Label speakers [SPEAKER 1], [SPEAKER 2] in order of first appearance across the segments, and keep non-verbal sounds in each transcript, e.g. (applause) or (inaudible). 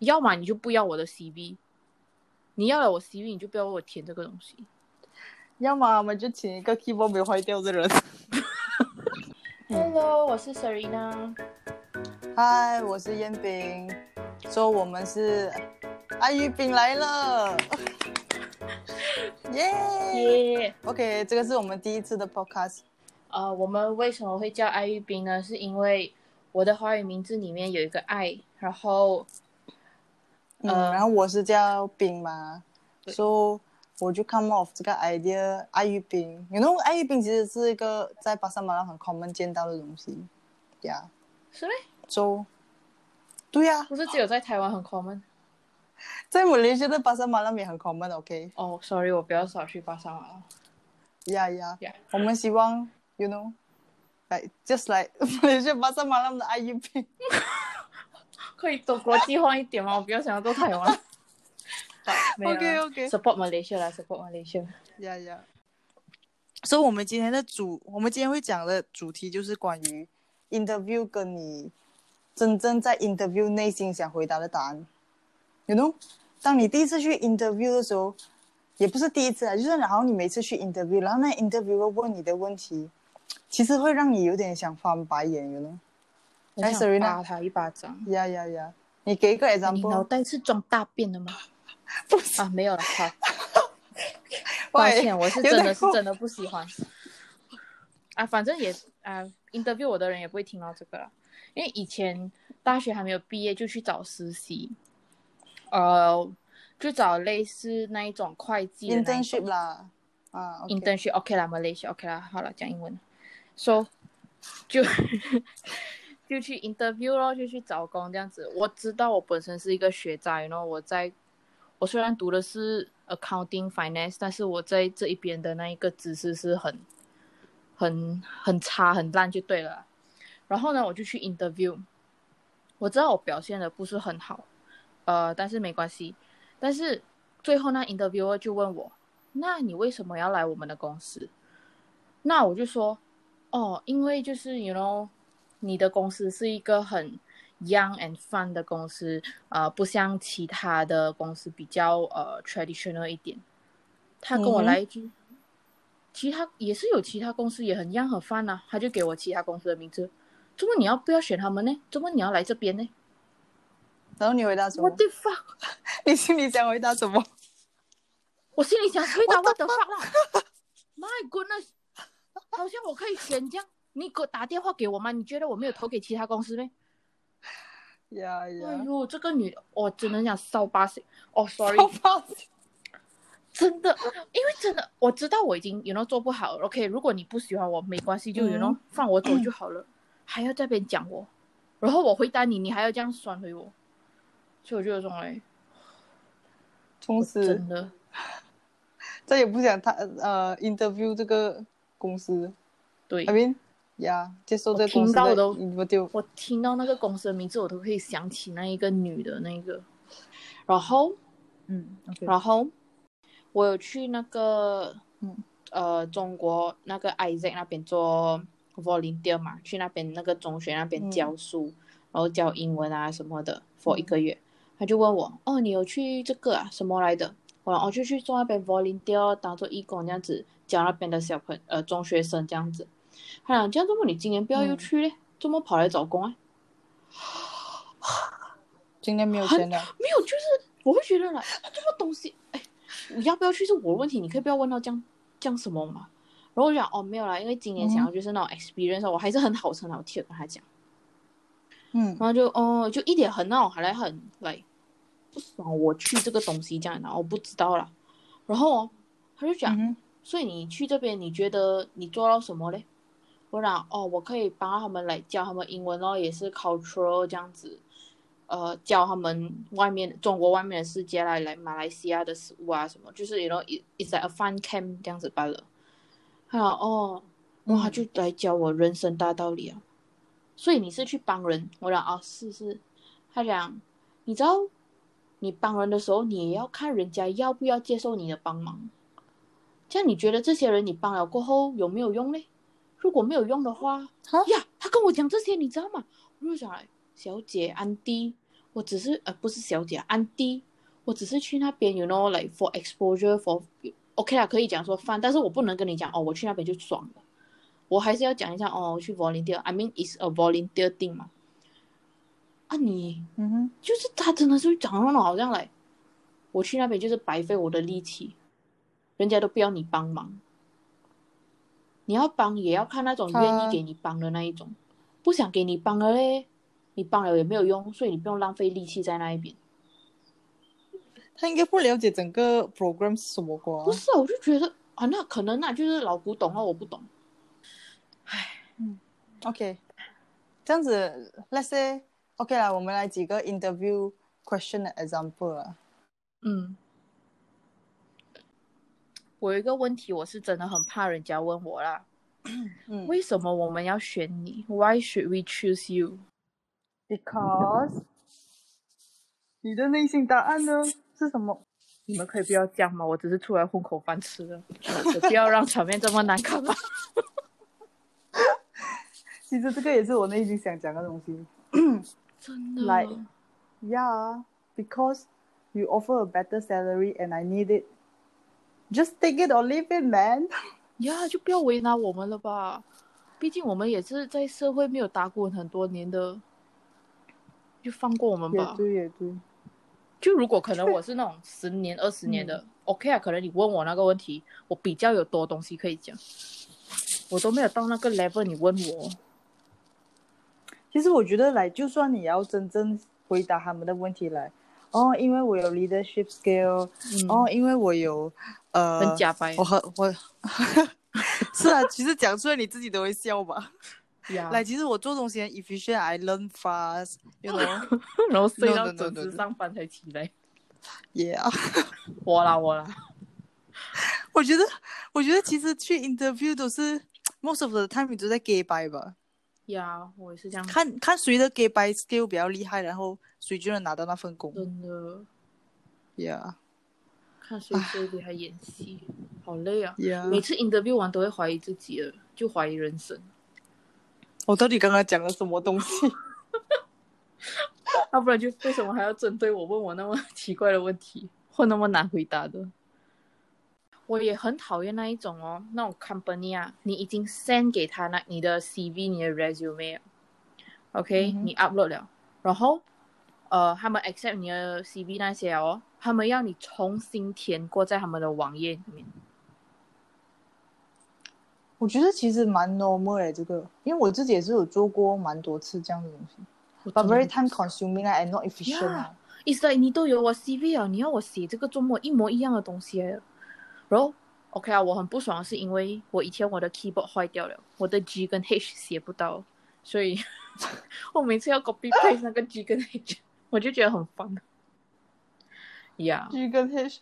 [SPEAKER 1] 要么你就不要我的 CV，你要了我 CV，你就不要我填这个东西。
[SPEAKER 2] 要么我们就请一个 keyboard 没坏掉的人。
[SPEAKER 1] 嗯 Hello，我是 Serena。
[SPEAKER 2] (laughs) 嗨，我是燕冰，说我们是爱玉饼来 (laughs) 了，耶、
[SPEAKER 1] 耶、
[SPEAKER 2] OK，这个是我们第一次的 podcast。
[SPEAKER 1] 呃，我们为什么会叫爱玉冰呢？是因为我的华语名字里面有一个爱，然后
[SPEAKER 2] 嗯，
[SPEAKER 1] 呃
[SPEAKER 2] 然后我是叫冰嘛
[SPEAKER 1] 对
[SPEAKER 2] ，so 我就 come off 这个 idea 爱玉冰。You know，爱玉冰其实是一个在巴塞马拉很 common 见到的东西，Yeah，so
[SPEAKER 1] 是嘞，
[SPEAKER 2] 对呀、
[SPEAKER 1] 不是只有在台湾很 common
[SPEAKER 2] 在马来西亚的巴塞马拉也很 common，OK，Yeah，Yeah。
[SPEAKER 1] 哦。sorry，我不要少去巴沙马了。Yeah
[SPEAKER 2] 我们希望，you know，like just like (laughs) 马来西亚巴塞马拉的爱玉冰。
[SPEAKER 1] 可以多国际化一点吗？我不要想要做台湾。好没有啦
[SPEAKER 2] OK，OK
[SPEAKER 1] Support Malaysia 啦，Support Malaysia。
[SPEAKER 2] 呀呀。所以，我们今天的主，我们今天会讲的主题就是关于 interview 跟你真正在 interview 内心想回答的答案。You know，当你第一次去 interview 的时候，也不是第一次啊，就是然后你每次去 interview，然后那 interviewer 问你的问题，其实会让你有点想翻白眼，you know？
[SPEAKER 1] 我
[SPEAKER 2] 哎
[SPEAKER 1] 想
[SPEAKER 2] Serena
[SPEAKER 1] 打他一巴掌。
[SPEAKER 2] 呀呀呀！你给一个
[SPEAKER 1] 你脑
[SPEAKER 2] example，
[SPEAKER 1] 袋是装大便的吗？
[SPEAKER 2] 不是，
[SPEAKER 1] 啊，没有了，好，抱歉，
[SPEAKER 2] (laughs)
[SPEAKER 1] 我是真的是真的不喜欢。啊，反正也啊，interview 我的人也不会听到这个了，因为以前大学还没有毕业就去找实习，呃，就找类似那一种会计的那一种
[SPEAKER 2] internship 啦，啊，OK
[SPEAKER 1] internship OK 啦，Malaysia OK 啦，好了，讲英文，so 就 (laughs) 就去 interview 咯，就去找工这样子。我知道我本身是一个学渣，然后我在我虽然读的是 accounting finance，但是我在这一边的那一个知识是很很很差很烂就对了啦。然后呢，我就去 interview，我知道我表现的不是很好，呃，但是没关系。但是最后那 interviewer 就问我，那你为什么要来我们的公司？那我就说，哦，因为就是 you know，你的公司是一个很 young and fun 的公司，呃，不像其他的公司比较呃 traditional 一点。他跟我
[SPEAKER 2] 嗯哼
[SPEAKER 1] 来一句，其他也是有其他公司也很 young 很 fun 啊，他就给我其他公司的名字。怎么你要不要选他们呢？怎么你要来这边呢
[SPEAKER 2] 然后你回答什么
[SPEAKER 1] ？What？the (laughs) fuck！
[SPEAKER 2] 你心里想回答 (laughs) 什么？
[SPEAKER 1] 我心里想回答 What the fuck 啦！My goodness，好像我可以选这样。你给我打电话给我吗？你觉得我没有投给其他公司咩？
[SPEAKER 2] 呀
[SPEAKER 1] 哎
[SPEAKER 2] 呀，
[SPEAKER 1] (laughs) 呦，这个女的，我只能讲扫把星。哦，sorry，
[SPEAKER 2] 好吧，
[SPEAKER 1] 真的，因为真的，我知道我已经 you know 做不好了。OK，如果你不喜欢我，没关系，就 you know、
[SPEAKER 2] 嗯
[SPEAKER 1] 放我走就好了，还要在那边讲我，然后我回答你，你还要这样酸回我，所以我就有种哎，
[SPEAKER 2] 从此
[SPEAKER 1] 真的。
[SPEAKER 2] 再也不想他呃 interview 这个公司
[SPEAKER 1] 对
[SPEAKER 2] ，I mean，呀，接受这
[SPEAKER 1] 我
[SPEAKER 2] 个公
[SPEAKER 1] 听
[SPEAKER 2] 司
[SPEAKER 1] 到
[SPEAKER 2] 的
[SPEAKER 1] 都
[SPEAKER 2] interview，
[SPEAKER 1] 我听到那个公司的名字，我都可以想起那一个女的那个。然后，
[SPEAKER 2] 嗯，OK，
[SPEAKER 1] 然后我有去那个，
[SPEAKER 2] 嗯
[SPEAKER 1] 呃，中国那个 Isaac 那边做 volunteer 嘛，去那边那个中学那边
[SPEAKER 2] 嗯
[SPEAKER 1] 教书，然后教英文啊什么的，for 一个月。他就问我，哦，你有去这个啊什么来的？我我就去做那边 volunteer，当做义工这样子，教那边的小朋呃中学生这样子。他讲这样，怎么你今年不要又
[SPEAKER 2] 嗯
[SPEAKER 1] 去嘞？怎么跑来找工啊？
[SPEAKER 2] 今天没有钱了，
[SPEAKER 1] 没有，就是我会觉得来这么东西，哎，我要不要去是我的问题，你可以不要问到这样这样什么嘛。然后我就讲哦，没有啦，因为今年想要就是那种 experience，、我还是很好声好气的跟他讲，
[SPEAKER 2] 嗯
[SPEAKER 1] 然后就哦，就一脸很那种，还来很来不爽我去这个东西这样，然后我不知道啦。然后哦，他就讲，
[SPEAKER 2] 嗯哼
[SPEAKER 1] 所以你去这边，你觉得你做到什么嘞？我讲哦，我可以帮他们来教他们英文咯，也是 cultural 这样子，呃，教他们外面中国外面的世界来来马来西亚的食物啊什么，就是 you know it it's like a fun camp 这样子罢了。他讲哦，哇，他就来教我人生大道理啊。所以你是去帮人？我讲啊、是是。他讲，你知道，你帮人的时候，你也要看人家要不要接受你的帮忙。这样你觉得这些人你帮了过后有没有用嘞？如果没有用的话，
[SPEAKER 2] 哈
[SPEAKER 1] 呀，他跟我讲这些，你知道吗？我就想，哎小姐安迪，我只是呃不是小姐安迪，我只是去那边，you know，like for exposure for OK 啦，可以讲说 fun，但是我不能跟你讲哦，我去那边就爽了，我还是要讲一下哦，我去 volunteer，I mean is a volunteer thing 嘛。啊你
[SPEAKER 2] 嗯哼，
[SPEAKER 1] 就是他真的是讲那种好像来，我去那边就是白费我的力气，人家都不要你帮忙。你要帮也要看那种愿
[SPEAKER 2] 他
[SPEAKER 1] 意给你帮的那一种，不想给你帮了嘞，你帮了也没有用，所以你不用浪费力气在那一边。
[SPEAKER 2] 他应该不了解整个 program 是什么瓜
[SPEAKER 1] 不。是啊，我就觉得啊，那可能那、就是老古董啊，我不懂。
[SPEAKER 2] OK，这样子，let's say OK 啦，我们来几个 interview question 的 example 啦。
[SPEAKER 1] 嗯，我有一个问题，我是真的很怕人家问我啦，
[SPEAKER 2] 嗯
[SPEAKER 1] 为什么我们要选你？Why should we choose you？
[SPEAKER 2] ，because (laughs) 你的内心答案呢是什么？
[SPEAKER 1] 你们可以不要这样吗？我只是出来混口饭吃的，我不要让场面这么难看吧。
[SPEAKER 2] 其实这个也是我内心想讲的东西。
[SPEAKER 1] (laughs) 真的
[SPEAKER 2] 来 Yeah, because you offer a better salary and I need it. Just take it or leave it, (laughs) man.
[SPEAKER 1] 呀，就不要为难我们了吧。毕竟我们也是在社会没有打滚很多年的，就放过我们
[SPEAKER 2] 也
[SPEAKER 1] 吧。
[SPEAKER 2] 对，也对。
[SPEAKER 1] 就如果可能我是那种十年、二十年的、o k 啊，可能你问我那个问题，我比较有多东西可以讲。我都没有到那个 level，你问我，
[SPEAKER 2] 其实我觉得来，就算你要真正回答他们的问题来，哦，因为我有 leadership skill，、
[SPEAKER 1] 嗯
[SPEAKER 2] 哦，因为我有呃，
[SPEAKER 1] 很假掰
[SPEAKER 2] 我和我 (laughs) 是啊，其实讲出来你自己都会笑吧。
[SPEAKER 1] 呀，
[SPEAKER 2] 来，其实我做东西很 efficient，I learn (laughs) fast，you know，yeah
[SPEAKER 1] 然后睡
[SPEAKER 2] No,
[SPEAKER 1] 到
[SPEAKER 2] no, no,
[SPEAKER 1] 准
[SPEAKER 2] no,
[SPEAKER 1] 时
[SPEAKER 2] no.
[SPEAKER 1] 上班才起来。我啦，我啦。
[SPEAKER 2] (laughs) 我觉得，我觉得其实去 interview 都是 most of the time 你都在 gay 掰吧，
[SPEAKER 1] 呀，我也是这样，
[SPEAKER 2] 看看谁的 gay 掰 skill 比较厉害，然后谁就能拿到那份工。
[SPEAKER 1] 真的
[SPEAKER 2] Yeah，
[SPEAKER 1] 看谁最厉害演戏，好累啊
[SPEAKER 2] Yeah
[SPEAKER 1] 每次 interview 完都会怀疑自己了，就怀疑人生。
[SPEAKER 2] 我到底刚刚讲了什么东西？ (laughs)
[SPEAKER 1] 要不然就为什么还要针对我问我那么 (laughs) 奇怪的问题，或那么难回答的？我也很讨厌那一种哦，那种 company 啊，你已经 send 给他那你的 CV、你的 resume 了，OK，、
[SPEAKER 2] 嗯哼
[SPEAKER 1] 你 upload 了，然后呃，他们 accept 你的 CV 那些哦，他们要你重新填过在他们的网页里面。
[SPEAKER 2] 我觉得其实蛮 normal 的这个，因为我自己也是有做过蛮多次这样的东西
[SPEAKER 1] 我真
[SPEAKER 2] ，but
[SPEAKER 1] 的
[SPEAKER 2] very time consuming 啊，and not efficient 啊。
[SPEAKER 1] It's like 你都有我 CV 啊，你要我写这个周末一模一样的东西来，然后 OK 啊，我很不爽，是因为我以前我的 keyboard 坏掉了，我的 G 跟 H 写不到，所以 (laughs) 我每次要 copy paste 那个 G 跟 H，我就觉得很烦。呀
[SPEAKER 2] G 跟 H，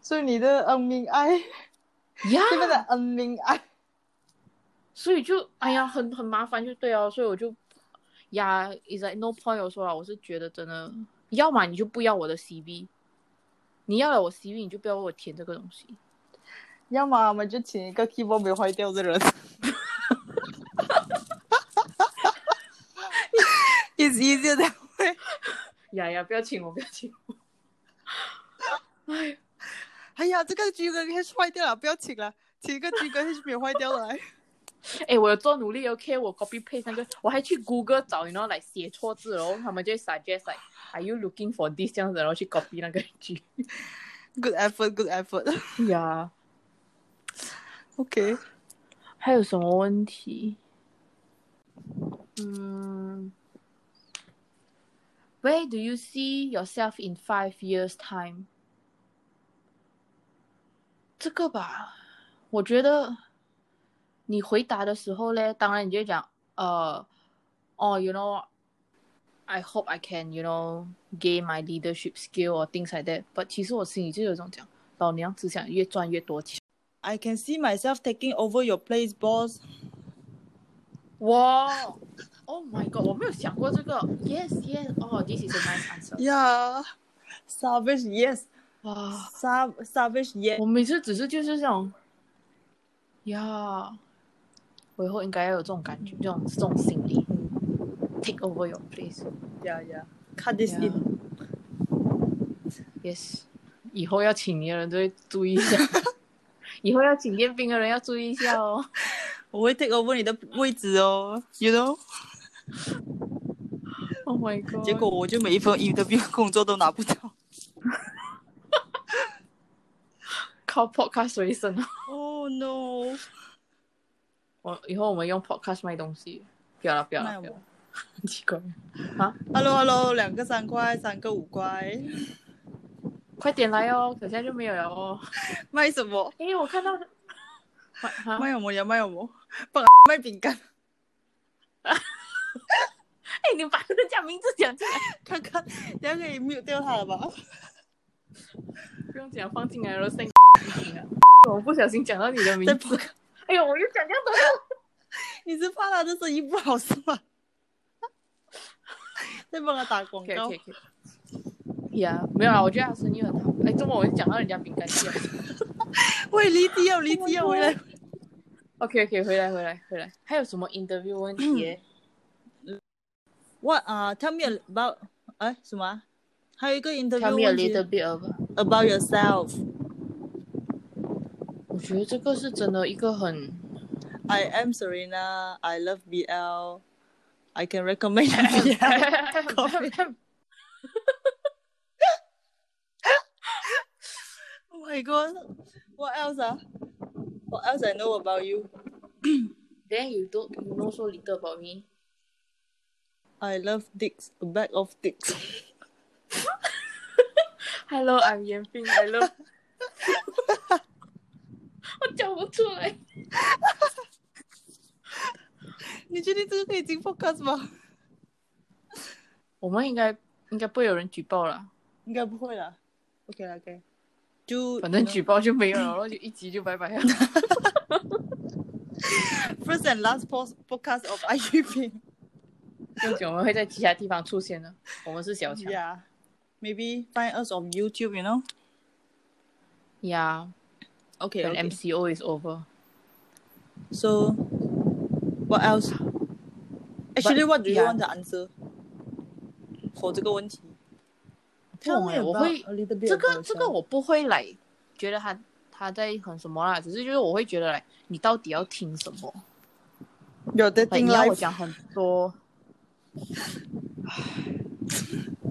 [SPEAKER 2] 所以你的恩明 (laughs) 爱，
[SPEAKER 1] 呀，
[SPEAKER 2] 这边的哎恩明爱，
[SPEAKER 1] 所以就哎呀，很很麻烦，就对哦，所以我就呀，is like no point 我说了，我是觉得真的，要么你就不要我的 CV，你要了我 CV，你就不要我填这个东西。
[SPEAKER 2] 要么我们就请一个 keyboard 没有坏掉的人。It's easier that way。
[SPEAKER 1] 呀呀，不要请我，不要 (laughs) 请我。
[SPEAKER 2] 哎呀，这个 G 跟 H 坏掉了，不要请了，请一个 G 跟 H 没有坏掉的来。
[SPEAKER 1] 哎，我有做努力，OK，我 copy paste 那个，我还去 Google 找，你知道，来写错字，然后他们就会 suggest like Are you looking for this 这样子，然后去 copy 那个 (laughs) G。
[SPEAKER 2] Good effort, good effort。
[SPEAKER 1] 呀，
[SPEAKER 2] OK，
[SPEAKER 1] 还有什么问题？嗯，Where do you see yourself in five years time？这个吧，我觉得你回答的时候嘞，当然你就会讲，呃，哦，you know，I hope I can，you know，gain my leadership skill or things like that。But 其实我心里就有一种讲，老娘只想越赚越多钱。
[SPEAKER 2] I can see myself taking over your place, boss.
[SPEAKER 1] 哇，Oh my god，我没有想过这个。Yes, yes，哦、oh,，this is a nice answer。
[SPEAKER 2] Yeah. Savage, yes.
[SPEAKER 1] 哇，
[SPEAKER 2] Sav savage, yes.
[SPEAKER 1] 我每次只是就是这种，呀、我以后应该要有这种感觉，这种这种心理。Take over your place。
[SPEAKER 2] Yeah, yeah. cut this
[SPEAKER 1] Yeah.
[SPEAKER 2] in。
[SPEAKER 1] Yes，以后要请你的人都会注意一
[SPEAKER 2] (laughs)
[SPEAKER 1] 下，以后要请练兵的人要注意一下哦。
[SPEAKER 2] 我会 take over 你的位置哦，you know。
[SPEAKER 1] Oh my god！
[SPEAKER 2] 结果我就每一份 interview (laughs) 工作都拿不到。
[SPEAKER 1] 靠 podcast 随身啊！
[SPEAKER 2] Oh no！
[SPEAKER 1] 我以后我们用 podcast 卖东西，不要了，不要
[SPEAKER 2] 卖
[SPEAKER 1] 了，
[SPEAKER 2] 我
[SPEAKER 1] 不要了，很 (laughs) 奇怪。
[SPEAKER 2] Hello Hello，两个三块，三个五块，
[SPEAKER 1] 快点来哦，等下就没有了哦。
[SPEAKER 2] 卖什么？
[SPEAKER 1] 诶，哎我看到，卖 (laughs) 哈
[SPEAKER 2] 卖什么呀？卖什么？不，卖饼干， (laughs)
[SPEAKER 1] 哎、你把人家名字讲进来，
[SPEAKER 2] 看看，等下可以 mute 掉它了吧？
[SPEAKER 1] 不用讲，放进来了。塞 (laughs) 我不小心讲到你的 (laughs) 名
[SPEAKER 2] 再
[SPEAKER 1] 字，
[SPEAKER 2] 播，
[SPEAKER 1] 哎呦，我又讲这样多了。
[SPEAKER 2] 你是怕他的生意不好是吗？ (laughs) 再帮他打广
[SPEAKER 1] OK
[SPEAKER 2] 告
[SPEAKER 1] OK OK。呀，没有啊，我觉得他生意很好。哎，这么我就讲到人家饼干店。
[SPEAKER 2] 喂，离题要离题要回来。
[SPEAKER 1] OK OK，回来回来回来。还有什么嗯 interview 问题耶？
[SPEAKER 2] What 啊、t e l l me about 哎什么啊？还有一个
[SPEAKER 1] Tell
[SPEAKER 2] interview
[SPEAKER 1] me a
[SPEAKER 2] 问题
[SPEAKER 1] little bit about。
[SPEAKER 2] about yourself。
[SPEAKER 1] 我觉得这个是真的一个 (laughs) 很
[SPEAKER 2] I am Serena. I love BL. I can recommend (laughs) BL. oh my god. What else? Ah, What else I know about you?
[SPEAKER 1] Then you don't you know so little about me.
[SPEAKER 2] I love dicks. A bag of dicks.
[SPEAKER 1] Hello, I'm Yan Bing. I love. 我讲不出来。
[SPEAKER 2] 你确定这个可以进 podcast 吗？
[SPEAKER 1] 我们应该应该不会有人举报了，
[SPEAKER 2] 应该不会啦。OK 啦，OK。就
[SPEAKER 1] 反正举报就没有了，然后就一集就拜拜了。
[SPEAKER 2] first and last post podcast of IUP.
[SPEAKER 1] 不久我们会在其他地方出现的。我们是小强
[SPEAKER 2] Yeah. Maybe find us on YouTube. You know.
[SPEAKER 1] Yeah,
[SPEAKER 2] Okay.
[SPEAKER 1] when
[SPEAKER 2] okay.
[SPEAKER 1] MCO is over.
[SPEAKER 2] So, what else? Actually, what do you
[SPEAKER 1] yeah.
[SPEAKER 2] want to answer for 这个问题？
[SPEAKER 1] Tell me 欸我会
[SPEAKER 2] about a little bit
[SPEAKER 1] 这个
[SPEAKER 2] about
[SPEAKER 1] 这个
[SPEAKER 2] yourself.
[SPEAKER 1] 我不会来，觉得他他在很什么啦，只是就是我会觉得来，你到底要听什么？
[SPEAKER 2] 有的
[SPEAKER 1] 哎
[SPEAKER 2] 听
[SPEAKER 1] 你要我
[SPEAKER 2] live，
[SPEAKER 1] 讲很多。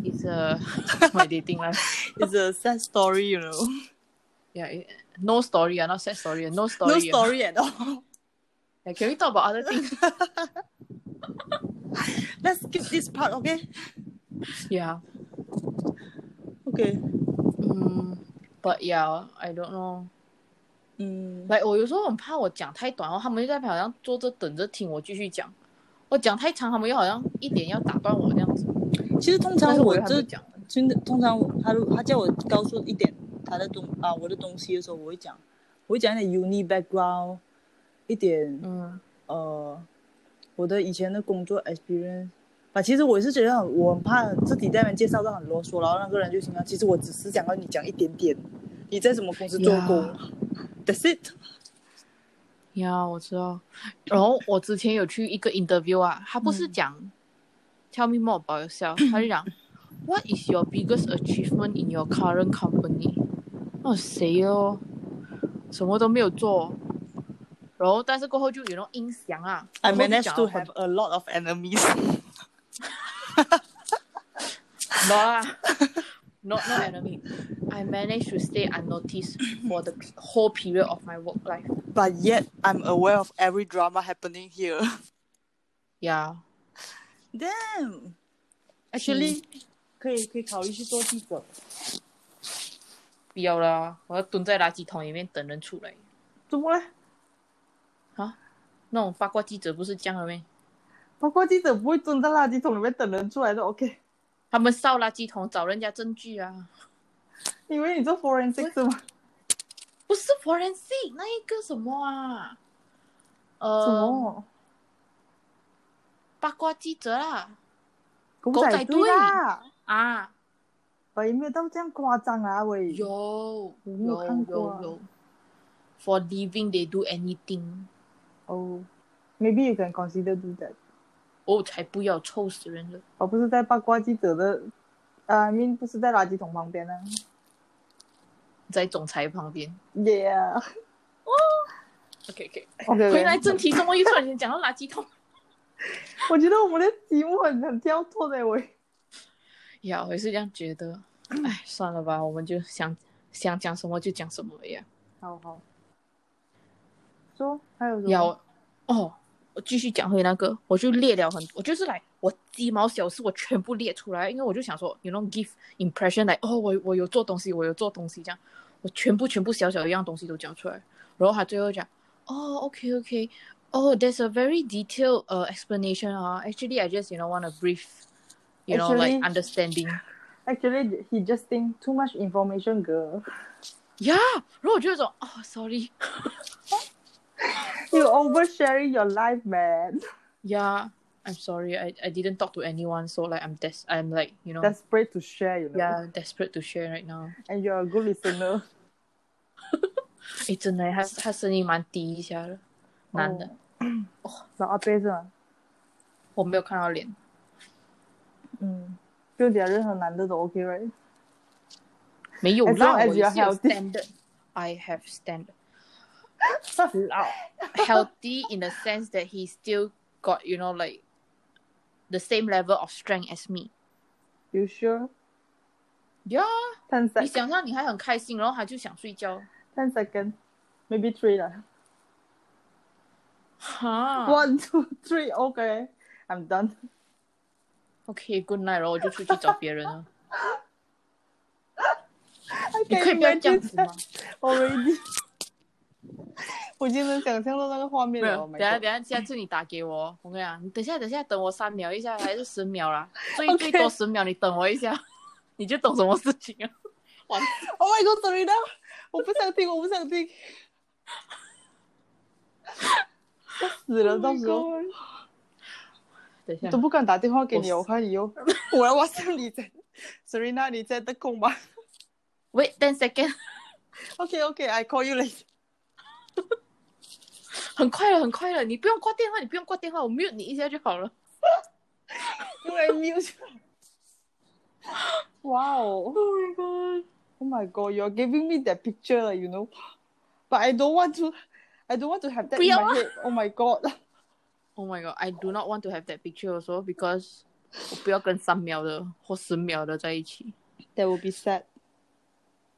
[SPEAKER 1] It's a (laughs) my dating life.
[SPEAKER 2] is a sad story, you know.
[SPEAKER 1] Yeah, it- no story, ah, not sad story, ah, no story.
[SPEAKER 2] No
[SPEAKER 1] ah.
[SPEAKER 2] story at all.
[SPEAKER 1] Yeah, can we talk about other things? (laughs)
[SPEAKER 2] Let's skip this part, okay?
[SPEAKER 1] yeah.
[SPEAKER 2] Okay.
[SPEAKER 1] Mm, but yeah, I don't know.
[SPEAKER 2] 嗯，
[SPEAKER 1] 来，我有时候很怕我讲太短，然后他们就在旁边好像坐着等着听我继续讲。我讲太长，他们又好像一脸要打断我这样子。
[SPEAKER 2] 其实通
[SPEAKER 1] 但
[SPEAKER 2] 常
[SPEAKER 1] 是我
[SPEAKER 2] 我
[SPEAKER 1] 又还没
[SPEAKER 2] 这
[SPEAKER 1] 有讲完。
[SPEAKER 2] 真的通常我他如他叫我告诉一点他的东啊我的东西的时候，我会讲，我会讲一点 uni background，一点
[SPEAKER 1] 嗯
[SPEAKER 2] 呃，我的以前的工作 experience 啊，其实我是觉得很我很怕自己在那边介绍到很啰嗦，然后那个人就心想，其实我只是想要你讲一点点，你在什么公司做工 that's it。
[SPEAKER 1] 呀，我知道。然后我之前有去一个 interview 啊，他不是
[SPEAKER 2] 嗯
[SPEAKER 1] 讲、Tell me more about yourself，他就讲 What is your biggest achievement in your current company？那谁哦，什么都没有做。然后，但是过后就有那种音响啊
[SPEAKER 2] I
[SPEAKER 1] 然后就
[SPEAKER 2] managed
[SPEAKER 1] 讲
[SPEAKER 2] to
[SPEAKER 1] 了
[SPEAKER 2] have a lot of enemies 。
[SPEAKER 1] No 啦，not not enemy. I managed to stay unnoticed for the pe- whole period of my work life.
[SPEAKER 2] But yet, I'm aware of every drama happening here. (laughs)
[SPEAKER 1] Yeah.
[SPEAKER 2] Damn. Hmm. Actually，、可以可以考虑去做记者。
[SPEAKER 1] 不要啦，我要蹲在垃圾桶里面等人出来。
[SPEAKER 2] 怎么嘞？
[SPEAKER 1] 啊，那种八卦记者不是这样的咩？
[SPEAKER 2] 包括记者不会蹲在垃圾桶里面等人出来的。OK，
[SPEAKER 1] 他们烧垃圾桶找人家证据啊，
[SPEAKER 2] 以为你做 forensic 是吗？
[SPEAKER 1] 不是 forensic 那一个什么啊？呃，
[SPEAKER 2] 什么？
[SPEAKER 1] 八卦记者啦？
[SPEAKER 2] 狗
[SPEAKER 1] 狗
[SPEAKER 2] 仔
[SPEAKER 1] 仔
[SPEAKER 2] 队
[SPEAKER 1] 队
[SPEAKER 2] 啦。
[SPEAKER 1] 啊，
[SPEAKER 2] 喂，有没有到这样夸张啊？喂，
[SPEAKER 1] 有
[SPEAKER 2] 我没有
[SPEAKER 1] 有
[SPEAKER 2] 看过啊
[SPEAKER 1] 有有，for living they do anything。
[SPEAKER 2] 哦、m a y b e you can consider do that。
[SPEAKER 1] 哦，才不要，臭死人了！
[SPEAKER 2] 我不是在八卦记者的，啊、I mean 不是在垃圾桶旁边呢、啊。
[SPEAKER 1] 在总裁旁边。
[SPEAKER 2] Yeah，
[SPEAKER 1] OK OK，
[SPEAKER 2] OK，OK
[SPEAKER 1] 回来正题，怎么又突然间讲到垃圾桶？ (laughs)
[SPEAKER 2] 我觉得我们的题目很很跳脱的喂。
[SPEAKER 1] 呀，我也是这样觉得。哎，算了吧，我们就想想讲什么就讲什么呀。
[SPEAKER 2] 好好。说还有什么？
[SPEAKER 1] 呀，我哦，我继续讲回那个，我就列了很，我就是来我鸡毛小事我全部列出来，因为我就想说，you know give impression 来、哦，我我有做东西，我有做东西这样，我全部全部小小一样东西都讲出来，然后他最后讲，哦，OK OK，哦、t h e r e s a very detailed 呃、explanation 啊、actually I just you know want a brief you know like
[SPEAKER 2] Actually-
[SPEAKER 1] understanding。
[SPEAKER 2] Actually, he just think too much information, girl. (laughs)
[SPEAKER 1] 呀，然后我就有一种哦，sorry，
[SPEAKER 2] You oversharing your life, man.
[SPEAKER 1] yeah, I'm sorry, I I didn't talk to anyone, so like I'm des I'm like you know
[SPEAKER 2] Desperate to share, you know.
[SPEAKER 1] yeah desperate to share right now。 (laughs)
[SPEAKER 2] And you're a good listener.
[SPEAKER 1] 诶，真的，他他声音蛮低一下的， (laughs)
[SPEAKER 2] Oh.
[SPEAKER 1] 男的，
[SPEAKER 2] 老阿伯是吗？
[SPEAKER 1] 我没有看到脸。
[SPEAKER 2] 嗯，就讲任何男的都 OK,
[SPEAKER 1] (laughs)
[SPEAKER 2] right?
[SPEAKER 1] 没有
[SPEAKER 2] As
[SPEAKER 1] 啦，
[SPEAKER 2] long as
[SPEAKER 1] 我也是有
[SPEAKER 2] you're healthy.
[SPEAKER 1] standard。I have standard. 老 healthy in the sense that he still got you know like the same level of strength as me.
[SPEAKER 2] You sure?
[SPEAKER 1] Yeah，
[SPEAKER 2] Ten
[SPEAKER 1] 你
[SPEAKER 2] sec,
[SPEAKER 1] 想象你还很开心，然后他就想睡觉。
[SPEAKER 2] ten second, maybe three 啦。
[SPEAKER 1] 哈
[SPEAKER 2] One, two, three, OK. I'm done. (laughs)
[SPEAKER 1] OK，good、night，然后我就出去找别人了。
[SPEAKER 2] (laughs) I
[SPEAKER 1] 你可以
[SPEAKER 2] can
[SPEAKER 1] 不要这样
[SPEAKER 2] imagine
[SPEAKER 1] 子吗？
[SPEAKER 2] already. (laughs) 我已经能想象到那个画面
[SPEAKER 1] 没
[SPEAKER 2] 了。
[SPEAKER 1] 有
[SPEAKER 2] Oh，my
[SPEAKER 1] 等一下
[SPEAKER 2] god.
[SPEAKER 1] 等一下，下次你打给我，我跟你讲，你等一下等一下，等我三秒一下，还是十秒
[SPEAKER 2] (laughs)
[SPEAKER 1] 啦，最
[SPEAKER 2] OK
[SPEAKER 1] 最多十秒，你等我一下，你就懂什么事
[SPEAKER 2] (laughs)
[SPEAKER 1] 情啊？完，
[SPEAKER 2] Oh my god, sorry now. 我不想听，我不想听。死了，到时候
[SPEAKER 1] 等一下
[SPEAKER 2] 都，不敢打电话给你，
[SPEAKER 1] 我
[SPEAKER 2] 我看你 (laughs) 又，我来挖向你在，Serena 你在得空吗
[SPEAKER 1] w a i t ten second，
[SPEAKER 2] ？OK OK，I call you later。
[SPEAKER 1] 很快了，很快了，你不用挂电话，你不用挂电话，我 mute 你一下就好了。
[SPEAKER 2] 用来 mute。哇哦
[SPEAKER 1] Oh my god！
[SPEAKER 2] ，Oh my God，you're giving me that picture，you know，but I don't want to，I don't want to have that
[SPEAKER 1] 不
[SPEAKER 2] in
[SPEAKER 1] 要
[SPEAKER 2] my
[SPEAKER 1] 啊
[SPEAKER 2] head。Oh my God，
[SPEAKER 1] Oh my god! I do not want to have that picture also because 我不要跟三秒的或十秒的在一起。
[SPEAKER 2] that will be sad，so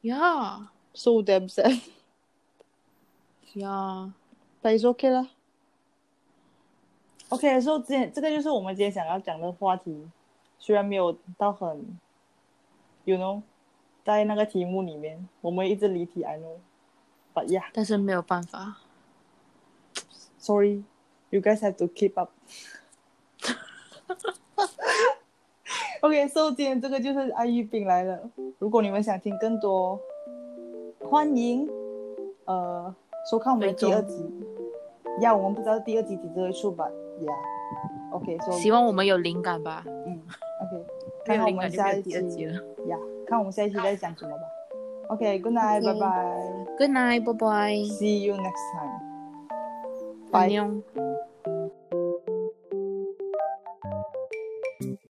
[SPEAKER 1] Yeah,
[SPEAKER 2] damn sad。
[SPEAKER 1] yeah.
[SPEAKER 2] But it's OK 啦。OK，所以今天这个就是我们今天想要讲的话题，虽然没有到很，you know，在那个题目里面，我们一直离题，I know，but yeah，sorry，you
[SPEAKER 1] 但是没有办法，
[SPEAKER 2] guys have to keep up。OK，所、so、以今天这个就是爱玉饼来了。如果你们想听更多，欢迎呃收看我们的第二集。呀我们不知道第二集几时会出版呀。OK，所、
[SPEAKER 1] 希望我们有灵感吧。
[SPEAKER 2] 嗯，OK，
[SPEAKER 1] 没有
[SPEAKER 2] 看 Oh 看我
[SPEAKER 1] 灵感
[SPEAKER 2] 们
[SPEAKER 1] 就没
[SPEAKER 2] 下
[SPEAKER 1] 有
[SPEAKER 2] 一
[SPEAKER 1] 第二集
[SPEAKER 2] 期
[SPEAKER 1] 了。
[SPEAKER 2] 呀，看我们下一期在讲什么吧。OK，Good、night，拜
[SPEAKER 1] OK
[SPEAKER 2] 拜
[SPEAKER 1] Good night，拜拜。
[SPEAKER 2] ，See you next time，
[SPEAKER 1] 拜
[SPEAKER 2] Bye。
[SPEAKER 1] 拜。